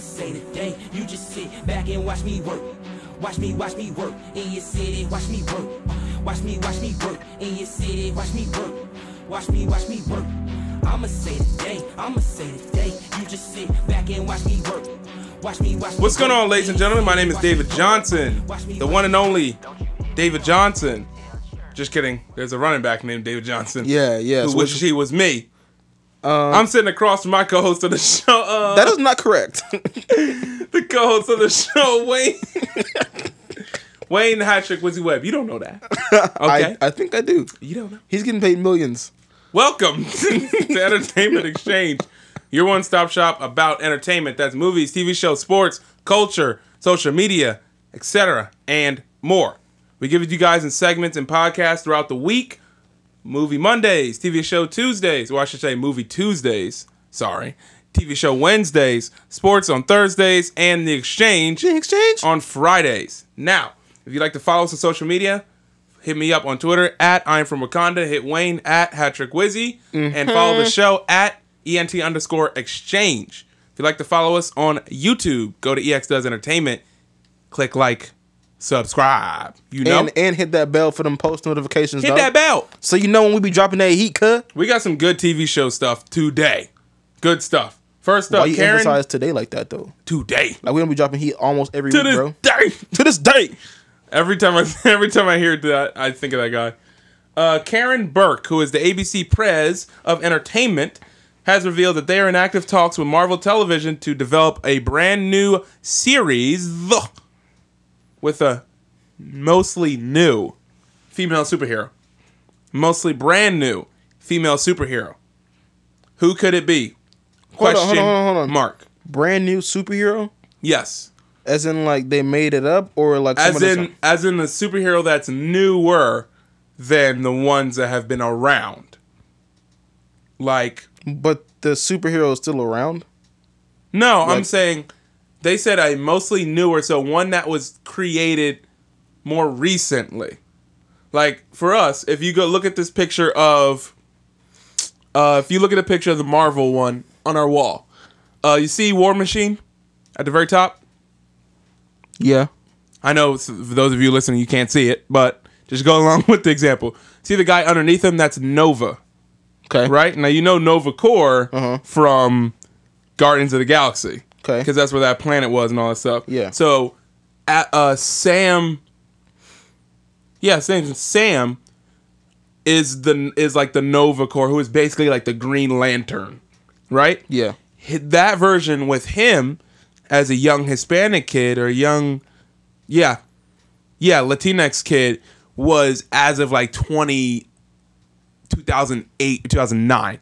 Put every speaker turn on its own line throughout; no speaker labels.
say today. You just sit back and watch me work. Watch me, watch me work in your city. Watch me work. Watch me, watch me work in your city. Watch me work. Watch me, watch me work. I'ma say today. I'ma say today. You just sit back and watch me work. Watch me, watch me
What's going
work
on, ladies and
in your
gentlemen? My
city.
name is
Watch me
David
work.
Johnson,
Watch me
the
work.
one and only David Johnson. Just kidding. There's a running back named David Johnson.
Yeah, yeah.
Who
so Um,
wishes
which-
he was me. I'm sitting across from my co-host of the show. Uh,
that is not correct.
the co-host of the show, Wayne. Wayne Hatrick Wizzy Webb. You don't know that. Okay.
I, I think I do.
you don't know.
He's getting paid millions.
Welcome to Entertainment Exchange, your one stop shop about entertainment. That's movies, TV shows, sports, culture, social media, etc., and more. We give it to you guys in segments and podcasts throughout the week. Movie Mondays, TV show Tuesdays, or I should say movie Tuesdays, sorry. TV show Wednesdays, sports on Thursdays, and the exchange
Exchange.
on Fridays. Now, if you'd like to follow us on social media, hit me up on Twitter at I'm from Wakanda, hit Wayne at Hatrick Wizzy, and follow
Mm-hmm.
the show at ENT underscore exchange. If you'd like to follow us on YouTube, go to EX Does Entertainment, click like, subscribe. You know,
And and hit that bell for them post notifications.
hit
dog.
that bell.
So you know when we be dropping that heat, cuh.
We got some good TV show stuff today. Good stuff. First
Why
up,
you
Karen.
emphasize today like that though?
today.
Like we don't be dropping heat almost every
To
week,
this
bro.
day.
To this day.
Every time I every time I hear that, I think of that guy. Uh, Karen Burke, who is the ABC Prez of Entertainment, has revealed that they are in active talks with Marvel Television to develop a brand new series with a mostly new female superhero. Mostly brand new female superhero. Who could it be?
Hold on,
Question
hold on, hold on, hold on.
mark.
Brand new superhero,
Yes.
as in like they made it up, or like
as
somebody-
in as in the superhero that's newer than the ones that have been around. Like
but the superhero is still around.
no, I'm
Like-
saying they said a mostly newer, so one that was created more recently. Like for us, if you go look at this picture of, uh, if you look at a picture of the Marvel one on our wall, uh, you see War Machine at the very top.
Yeah.
I know s- for those of you listening, you can't see it, but just go along with the example. See the guy underneath him? That's Nova,
Okay.
right? Now you know Nova Core
Uh-huh.
from Guardians of the Galaxy,
'Kay.
Because that's where that planet was and all that stuff.
Yeah.
So, a- uh, Sam, yeah, Sam, Sam is the is like the Nova Core, who is basically like the Green Lantern, right?
Yeah.
hit that version with him as a young Hispanic kid or young, yeah, yeah, Latinx kid was as of like 20, 2008, 2009.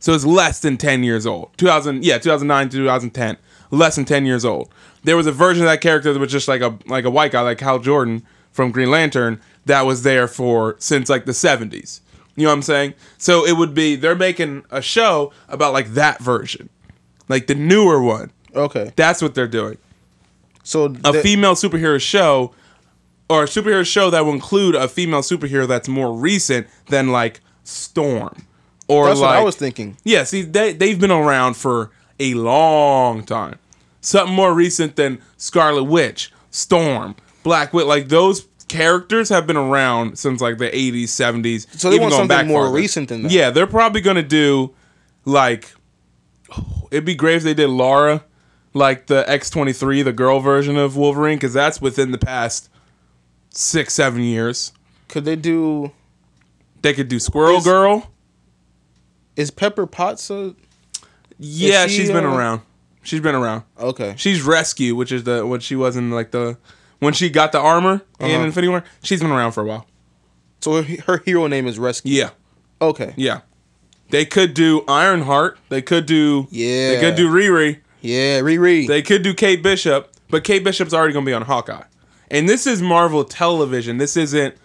So it's less than 10 years old. 2000, yeah, 2009, 2010. Less than 10 years old. There was a version of that character that was just like a like a white guy, like Hal Jordan from Green Lantern, that was there for since like the 70s. You know what I'm saying? So it would be they're making a show about like that version. Like the newer one.
Okay.
That's what they're doing.
So
A
that-
female superhero show or a superhero show that will include a female superhero that's more recent than like Storm. Or
That's
like
what I was thinking.
yeah, see, they they've been around for a long time. Something more recent than Scarlet Witch, Storm, Black Witch. Like those characters have been around since like the eighties, seventies.
So they want something more recent than that.
Yeah, they're probably gonna do like it'd be great if they did Laura, like the X twenty three, the girl version of Wolverine, because that's within the past six, seven years.
Could they do?
They could do Squirrel
Is-
Girl.
Is Pepper Potts a?
Yeah,
she,
she's been
uh,
around. She's been around.
Okay.
She's Rescue, which is the when she was in like the when she got the armor in
Uh-huh.
Infinity War. She's been around for a while.
So her, her hero name is Rescue.
Yeah,
Okay.
yeah. They could do Ironheart. They could do They
Yeah.
could do Riri.
Yeah. Riri.
They could do Kate Bishop. But Kate Bishop's already gonna be on Hawkeye. And this is Marvel Television. This isn't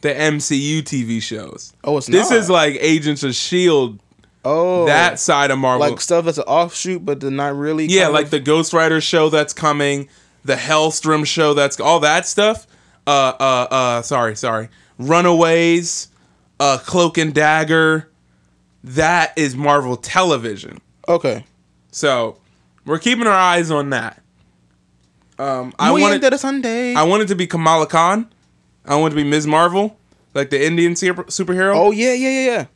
the MCU TV shows.
Oh, it's
this
not.
is like Agents of Shield.
oh.
E That side of Marvel.
like stuff that's an offshoot, but they're not really.
Yeah,
kind
like
of-
the Ghost Rider show that's coming, the Hellstrom show that's all that stuff. Uh, uh, uh, sorry, sorry. Runaways, uh, Cloak and Dagger. That is Marvel Television.
Okay.
So We're keeping our eyes on that. Um, I
We
wanted
ain't did a Sunday.
I wanted to be Kamala Khan. I wanted to be Ms. Marvel, like the Indian super- superhero.
oh yeah, yeah, yeah, yeah.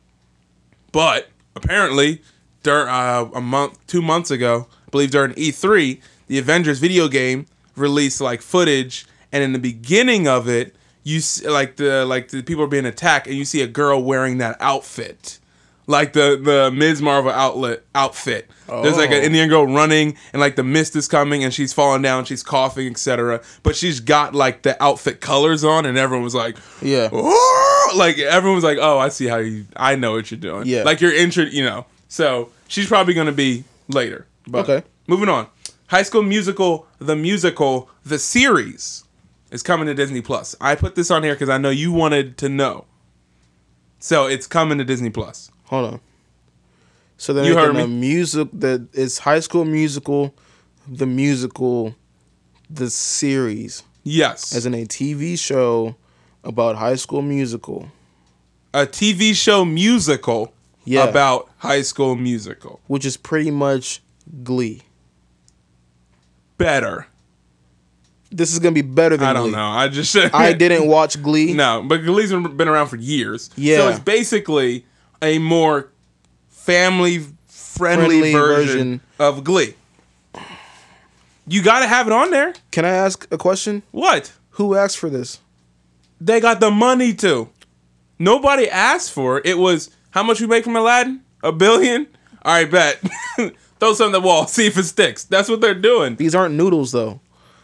But apparently, dur uh, a month, two months ago, I believe during E3, the Avengers video game released like footage, and in the beginning of it, you s like the like the people are being attacked, and you see a girl wearing that outfit, like the the Ms. Marvel outlet outfit. There's like an
Oh.
Indian girl running, and like the mist is coming, and she's falling down, she's coughing, etc. But she's got like the outfit colors on, and everyone was like,
Yeah.
"Oh!" like everyone was like, "Oh, I see how you. I know what you're doing.
Yeah.
like you're intro. You know." So she's probably gonna be later. But
Okay.
Moving on. High School Musical, the musical, the series is coming to Disney Plus. I put this on here because I know you wanted to know. So it's coming to Disney Plus.
Hold on. So they're
You heard
making a
me.
music that it's High School Musical, the musical, the series,
Yes.
as in a TV show about High School Musical,
a TV show musical
Yeah.
about High School Musical.
which is pretty much Glee.
Better.
This is gonna be better than
I don't
Glee.
know. I just
I didn't watch Glee.
No, but Glee's been around for years. So
Yeah.
it's basically a more family friendly
Friendly
version,
version.
of Glee. You got to have it on there.
Can I ask a question?
What?
Who asked for this?
They got the money to. Nobody asked for it. It was how much we make from Aladdin? A billion? All right, bet. Throw something at the wall, see if it sticks. That's what they're doing.
These aren't noodles though.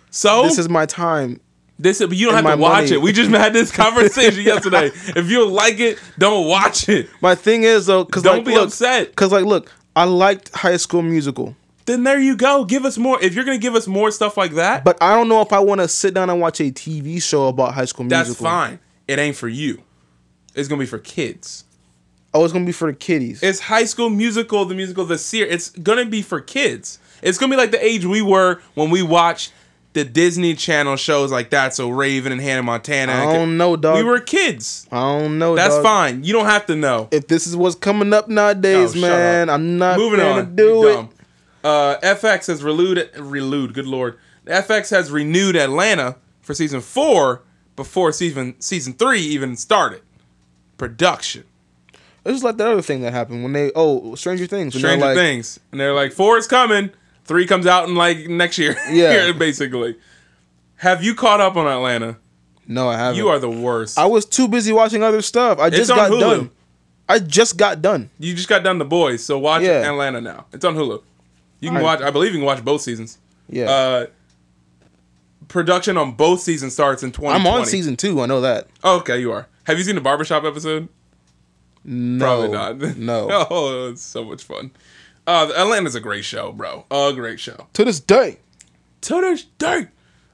So
This is my time.
This but you don't
And
have to
my
watch
money.
it. We just had this conversation yesterday. If you don't like it, don't watch it.
My thing is though, because
Don't
like,
be
look,
upset.
Because like, look, I liked High School Musical,
Then there you go. Give us more. If you're gonna give us more stuff like that,
but I don't know if I want to sit down and watch a TV show about High School
that's
Musical.
fine. It ain't for you. It's gonna be for kids.
Oh, it's gonna be for the kiddies.
It's High School Musical, the musical, the series. It's gonna be for kids. It's gonna be like the age we were when we watched the Disney Channel shows like that. So Raven and Hannah Montana.
I don't know, dog.
We were kids.
I don't know.
That's
dog.
fine. You don't have to know.
If this is what's coming up
Oh,
nowadays,
shut
man,
up.
I'm not
Moving
gonna
on.
do
You
it.
dumb. Uh, FX has renewed. Renewed. Good lord. FX has renewed Atlanta for season four before season season three even started production.
It's just like that other thing that happened when they oh Stranger Things. when they're
Stranger
like,
Things, and they're like four is coming. Three comes out in like next year.
Yeah.
basically. Have you caught up on Atlanta?
No, I haven't.
You are the worst.
I was too busy watching other stuff. I just
on
got
Hulu.
done. I just got done.
you just got done the boys, so watch
Yeah.
Atlanta now. It's on Hulu. You can
Alright.
watch. I believe you can watch both seasons.
Yeah,
Uh, production on both seasons starts in 2020.
I'm on season two. I know that.
Oh, okay, you are. Have you seen the barbershop episode?
No,
Probably not.
No.
oh, it's so much fun. Uh, Atlanta's a great show, bro. A great show.
To this day,
Tooters dirt.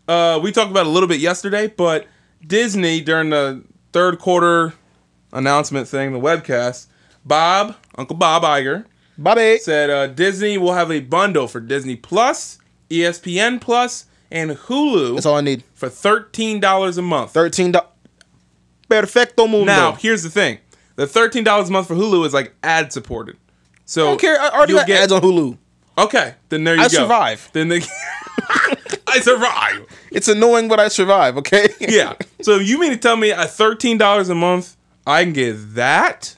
Uh, we talked about it a little bit yesterday, but Disney during the third quarter announcement thing, the webcast, Bob, Uncle Bob Iger,
Bobby.
said uh, Disney will have a bundle for Disney Plus, E ESPN Plus, and Hulu.
That's all I need.
for thirteen dollars a month.
Thirteen dollars. Perfecto mundo.
Now, here's the thing: the thirteen dollars a month for Hulu is like ad supported. So
I don't care. I already
you'll
got ads on Hulu.
Okay, then there you
I
go.
survive.
Then they, I survive.
It's annoying, but I survive. Okay.
Yeah. So you mean to tell me at thirteen dollars a month I can get that?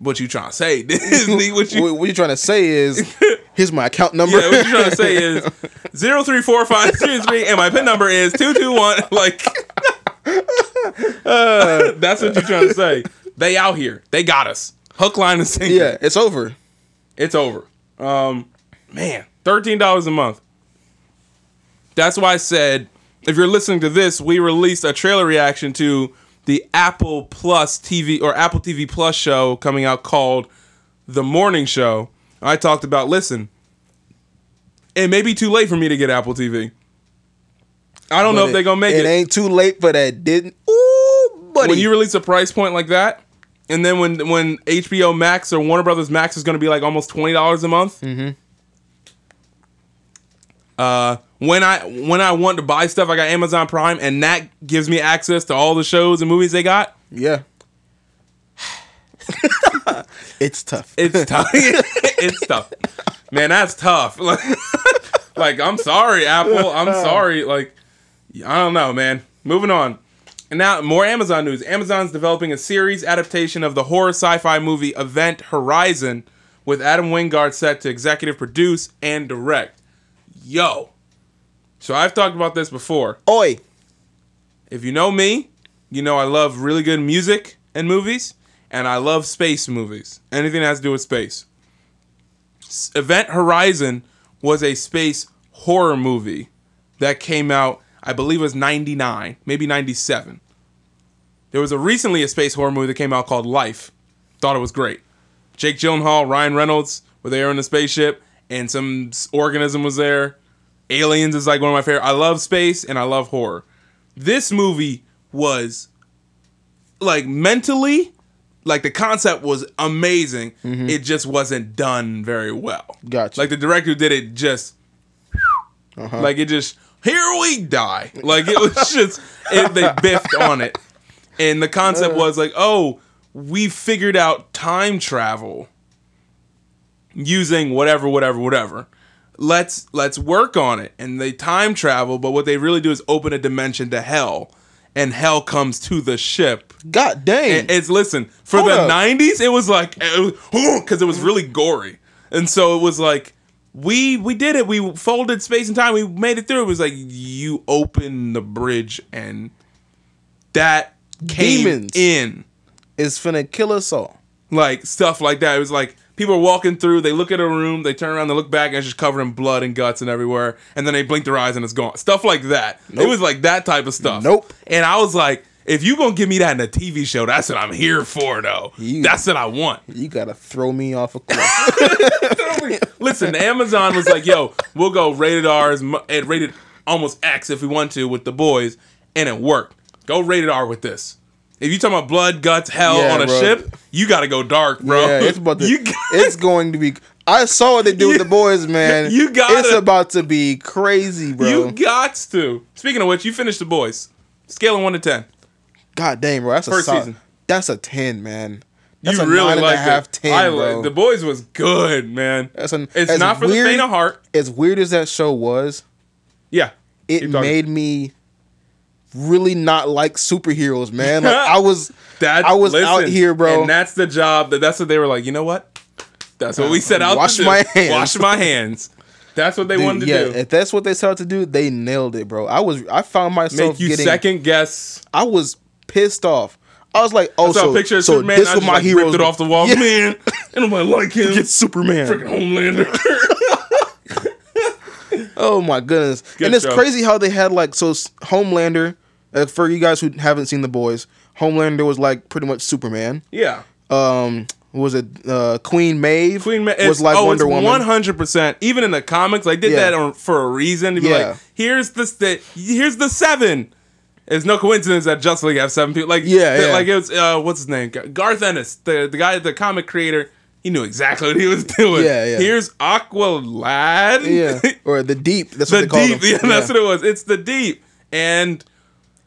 What you trying to say, Disney? What you?
what, what you trying to say is, here's my account number.
Yeah, what you trying to say is zero three four five three three, and my pin number is two two one. Like, uh, that's what you're trying to say. They out here. They got us. Hook, line, and sinker.
yeah, it's over.
it's over. Um, man, thirteen dollars a month. That's why I said, if you're listening to this, we released a trailer reaction to the Apple Plus TV or Apple TV Plus show coming out called The Morning Show. I talked about, listen, it may be too late for me to get Apple TV. I don't know if they're gonna make it.
It ain't too late for that. Didn't. Ooh, buddy.
When you release a price point like that, and then when when HBO Max or Warner Brothers Max is going to be like almost twenty dollars a month. Mm-hmm. Uh, when I when I want to buy stuff, I got Amazon Prime, and that gives me access to all the shows and movies they got.
yeah. it's tough.
It's tough. it's tough. man, that's tough. Like, like, I'm sorry, Apple. I'm sorry. Like, I don't know, man. Moving on. And now, more Amazon news. Amazon's developing a series adaptation of the horror sci fi movie Event Horizon with Adam Wingard set to executive produce and direct. Yo. So I've talked about this before.
Oi.
If you know me, you know I love really good music and movies, and I love space movies. Anything that has to do with space. S- Event Horizon was a space horror movie that came out, I believe it was 99, maybe 97. There was a recently a space horror movie that came out called Life. Thought it was great. Jake Gyllenhaal, Ryan Reynolds, where they were in a spaceship and some s- organism was there. Aliens is like one of my favorite. I love space and I love horror. This movie was like mentally, like the concept was amazing. It just wasn't done very well.
Gotcha.
Like the director who did it just like it just here we die. Like it was just it, they biffed on it. And the concept was like, oh, we figured out time travel using whatever, whatever, whatever. Let's let's work on it. And they time travel, but what they really do is open a dimension to hell. And hell comes to the ship.
God dang.
And it's listen for
Hmm. Hold
the
up.
'90s. It was like because it was really gory, and so it was like we we did it. We folded space and time. We made it through. It was like you open the bridge, and that came
Demons.
in
it's finna kill us all.
like stuff like that. It was like people are walking through. They look at a room. They turn around. They look back, and it's just covered in blood and guts and everywhere. And then they blink their eyes, and it's gone. Stuff like that. It was like that type of stuff.
Nope.
And I was like. If you gonna give me that in a TV show, that's what I'm here for, though.
You-
That's what I want.
You gotta throw me off a cliff.
Listen, Amazon was like, "Yo, we'll go rated R as mu- at rated almost X if we want to with the boys," and it worked. Go rated R with this. If you talking about blood, guts, hell
Yeah,
on a
bro.
ship, you got to go dark, bro.
Yeah, it's about to.
you got-
it's going to be. I saw what they do with the boys, man.
you gotta-
It's about to be crazy, bro.
you got to. Speaking of which, you finished the boys. Scale of one to ten.
God damn, bro. That's a
First
solid-
season.
That's a ten, man. That's
you
a
really
nine and a
liked
half,
it.
10,
I li-
bro.
the boys was good, man.
That's an-
it's
as
not for
weird-
the faint of heart.
as weird as that show was,
Yeah,
it
Keep talking.
made me really not like superheroes, man. Like I was
That
I was out here, bro.
And that's the job. That that's what they were like. You know what? That's what we set out
Wash
to do.
my hands.
Wash my hands. That's what they wanted to
yeah,
do.
if that's what they set out to do, they nailed it, bro. I was I found myself
Make you
getting
second guess.
I was pissed off. I was like, oh,
I saw
so,
a picture of
so
Superman.
this
I
was
just,
my
like,
hero.
ripped it off the wall.
Yeah.
Man, ain't nobody like him.
Get Superman.
Freaking Homelander.
Oh my goodness!
Good
and it's
job.
crazy how they had like so s- Homelander. Uh, for you guys who haven't seen the boys, Homelander was like pretty much Superman.
yeah.
Um, what was it uh, Queen Maeve?
Queen Ma-
was
it's-
like
oh,
Wonder
it's
Woman.
100%. Even in the comics, like did
Yeah.
that on, for a reason. To be
Yeah.
like, here's the st- here's the seven. It's no coincidence that Justice League have seven people. Like
Yeah,
that-
yeah.
like it was uh, what's his name? Gar- Garth Ennis, the the guy, the comic creator. He knew exactly what he was doing.
Yeah, yeah.
Here's Aqua Lad.
yeah, or the Deep. That's what
the
they call
deep.
him.
Yeah, that's what it was. It's the deep and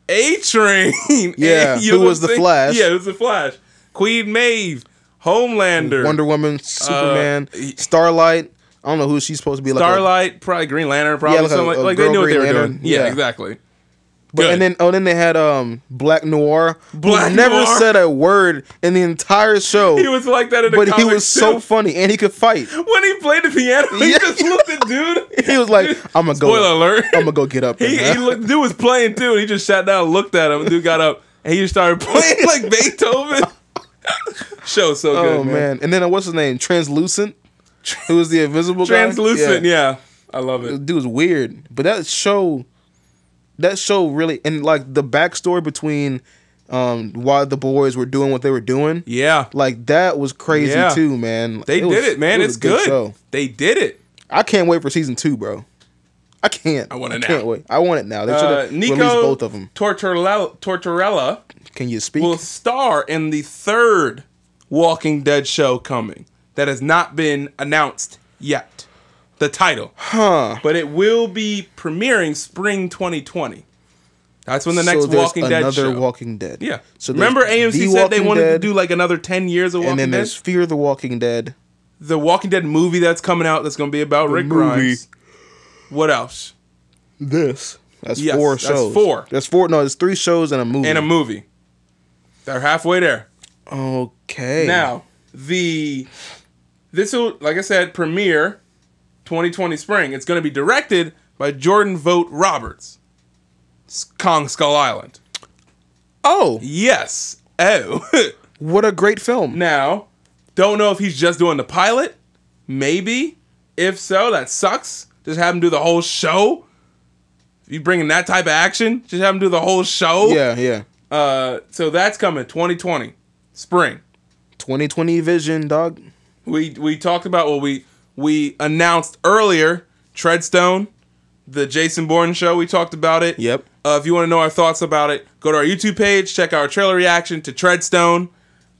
A Train.
Yeah,
You
who
know what
was
I'm
the
saying?
Flash.
Yeah, it was the Flash. Queen Maeve, Homelander,
Wonder Woman, Superman,
Uh, y-
Starlight. I don't know who she's supposed to be. Like a-
Starlight, probably Green Lantern, probably
Yeah, like a-
something like,
a
like they
girl
knew what they
Green
were
Lantern.
doing. Yeah,
Yeah.
exactly.
but,
Good.
and then oh, then they had um Black Noir. who
Black
never
Noir.
said a word in the entire show.
he was like that in the
but he
comics,
was so
too.
funny, and he could fight.
when he played the piano, he
Yeah.
just looked at dude.
He was like, "I'm gonna go.
Spoiler alert.
I'm gonna go get up."
He,
in there."
he looked, dude was playing too, and he just sat down, and looked at him. Dude got up, and he just started playing like Beethoven. Show so good,
oh man. And then uh, what's his name? Translucent, who was the invisible guy?
Translucent, yeah. I love it.
dude was weird. But that show, that show really, and like the backstory between um why the boys were doing what they were doing,
Yeah.
like that was crazy
Yeah.
too, man.
They
was-
did it, man.
was a
it's good.
show.
They did it.
I can't wait for season two, bro. I can't. I
want it
I can't
now.
wait. I want it now. They should
Uh,
have
Nico
released both of them.
Tortorella, Tortorella
Can you speak?
will star in the third Walking Dead show coming that has not been announced yet. The title.
huh?
But it will be premiering spring 2020. That's when the next
so there's
Walking Dead
another
show.
Walking Dead.
yeah.
So
So
there's
remember
The
AMC said they
Walking
wanted
Dead,
to do like another 10 years of Walking
and then
Dead?
there's Fear the Walking Dead.
The Walking Dead movie that's coming out that's going to be about Rick
movie.
Grimes. What else?
This. That's
Yes,
four
that's
shows.
four.
That's four. No, it's three shows and a movie.
And a movie. They're halfway there.
Okay.
Now, the this will like I said premiere 2020 spring. It's going to be directed by Jordan Vogt Roberts. S- Kong Skull Island.
Oh,
Yes. Oh.
what a great film.
now, don't know if he's just doing the pilot. Maybe. If so, that sucks. Just have him do the whole show. If you bringing that type of action, just have him do the whole show.
Yeah, yeah.
Uh, so that's coming 2020 spring.
2020 vision, dog.
we we talked about well we we announced earlier treadstone the jason bourne show we talked about it
Yep.
uh, if you want to know our thoughts about it go to our youtube page check our trailer reaction to treadstone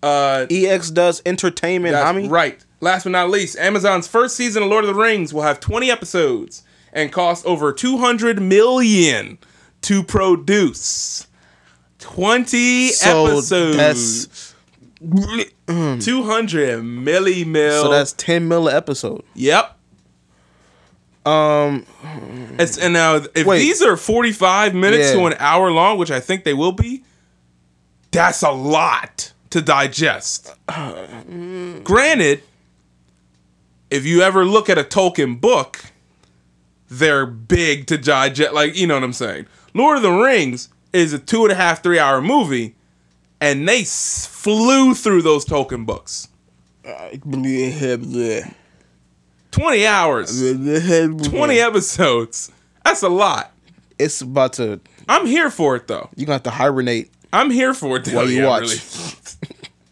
uh
EX E does entertainment,
that's
homie.
right last but not least amazon's first season of lord of the rings will have 20 episodes and cost over 200 million to produce 20
So
episodes 200 milli mil
So that's 10 mil an episode.
Yep. Um, it's, and now if
Wait.
these are forty-five minutes
Yeah.
to an hour long, which I think they will be, that's a lot to digest. Granted, if you ever look at a Tolkien book, they're big to digest. Like you know what I'm saying. Lord of the Rings is a two and a half, three-hour movie, and they s- flew through those Tolkien books. Twenty hours. 20 episodes. That's a lot.
It's about to.
I'm here for it though.
You're gonna have to hibernate.
I'm here for it. though.
While you watch.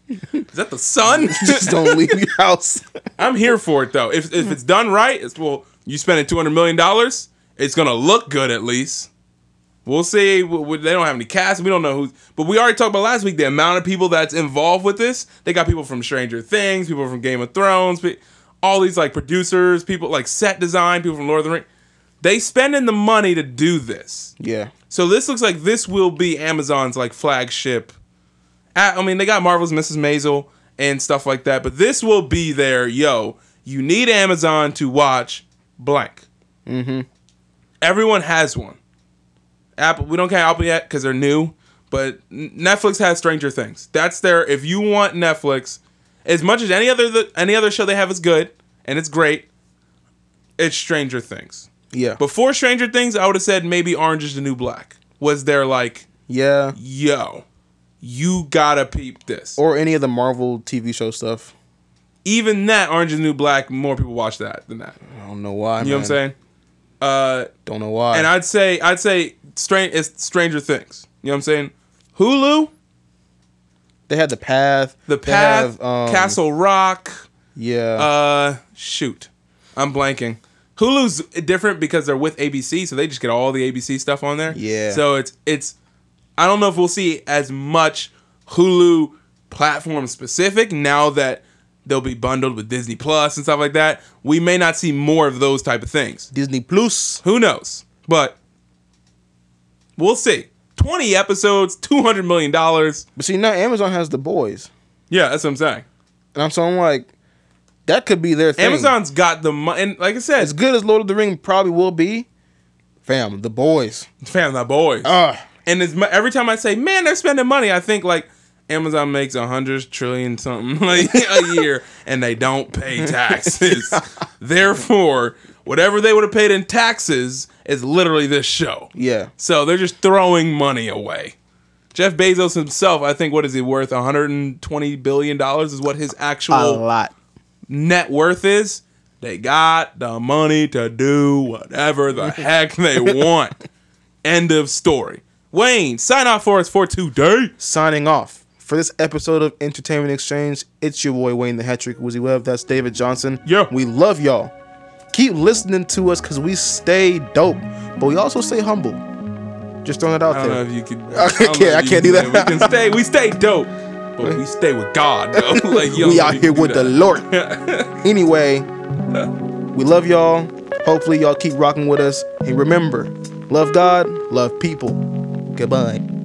Is that the sun?
Just don't leave your house.
I'm here for it though. If if it's done right, it's well, you spending 200 million dollars, it's going to look good at least. We'll see. W- w- They don't have any cast. We don't know who's. But we already talked about last week the amount of people that's involved with this. They got people from Stranger Things, people from Game of Thrones, pe- all these like producers, people like set design, people from Lord of the Rings. They spending the money to do this.
Yeah.
So this looks like this will be Amazon's like flagship. I I mean, they got Marvel's Mrs. Maisel and stuff like that, but this will be their yo. You need Amazon to watch blank. Mm-hmm. Everyone has one. Apple, we don't count Apple yet because they're new, but N- Netflix has Stranger Things. That's their. If you want Netflix, as much as any other th- any other show they have is good and it's great, it's Stranger Things.
Yeah.
Before Stranger Things, I would have said maybe Orange is the New Black. Was there like,
yeah.
yo, you gotta peep this. Or
Or any of the Marvel TV show stuff.
even that Orange is the New Black, more people watch that than that.
I don't know why.
You know what I'm saying? Uh,
Don't know why.
and I'd say I'd say Stran- it's Stranger Things. You know what I'm saying? Hulu,
they had the path.
The
they
Path,
have, um,
Castle Rock.
Yeah.
Uh, shoot, I'm blanking. Hulu's different because they're with ABC, so they just get all the ABC stuff on there.
Yeah.
So it's it's, I don't know if we'll see as much Hulu platform specific now that they'll be bundled with Disney Plus and stuff like that. We may not see more of those type of things.
Disney Plus.
Who knows? But we'll see. Twenty episodes, two hundred million dollars.
But see now Amazon has the boys.
Yeah, that's what I'm saying.
And I'm so I'm like, that could be their thing.
Amazon's got the money, and like I said,
as good as Lord of the Ring probably will be, fam, the boys.
fam, the boys.
Uh
And as mu- every time I say, man, they're spending money, I think like Amazon makes a hundred trillion something like a year, and they don't pay taxes. Therefore, whatever they would have paid in taxes is literally this show.
yeah.
So they're just throwing money away. Jeff Bezos himself, I think, what is he worth? 120 billion dollars is what his actual
lot.
net worth is. They got the money to do whatever the heck they want. End of story. Wayne, sign off for us for today.
Signing off. For this episode of Entertainment Exchange, it's your boy Wayne the Hattrick Wizzy Webb. That's David Johnson.
Yeah.
We love y'all. Keep listening to us because we stay dope, but we also stay humble. Just throwing it out
I don't know
there.
if you could.
can't-
don't know if
I can't
you can
do that.
We can stay. We stay dope, but we stay with God. Though. Like, you don't
We
know
out
if
here
you can do
with the
that.
Lord. anyway, we love y'all. Hopefully, y'all keep rocking with us. And remember, love God, love people. Goodbye.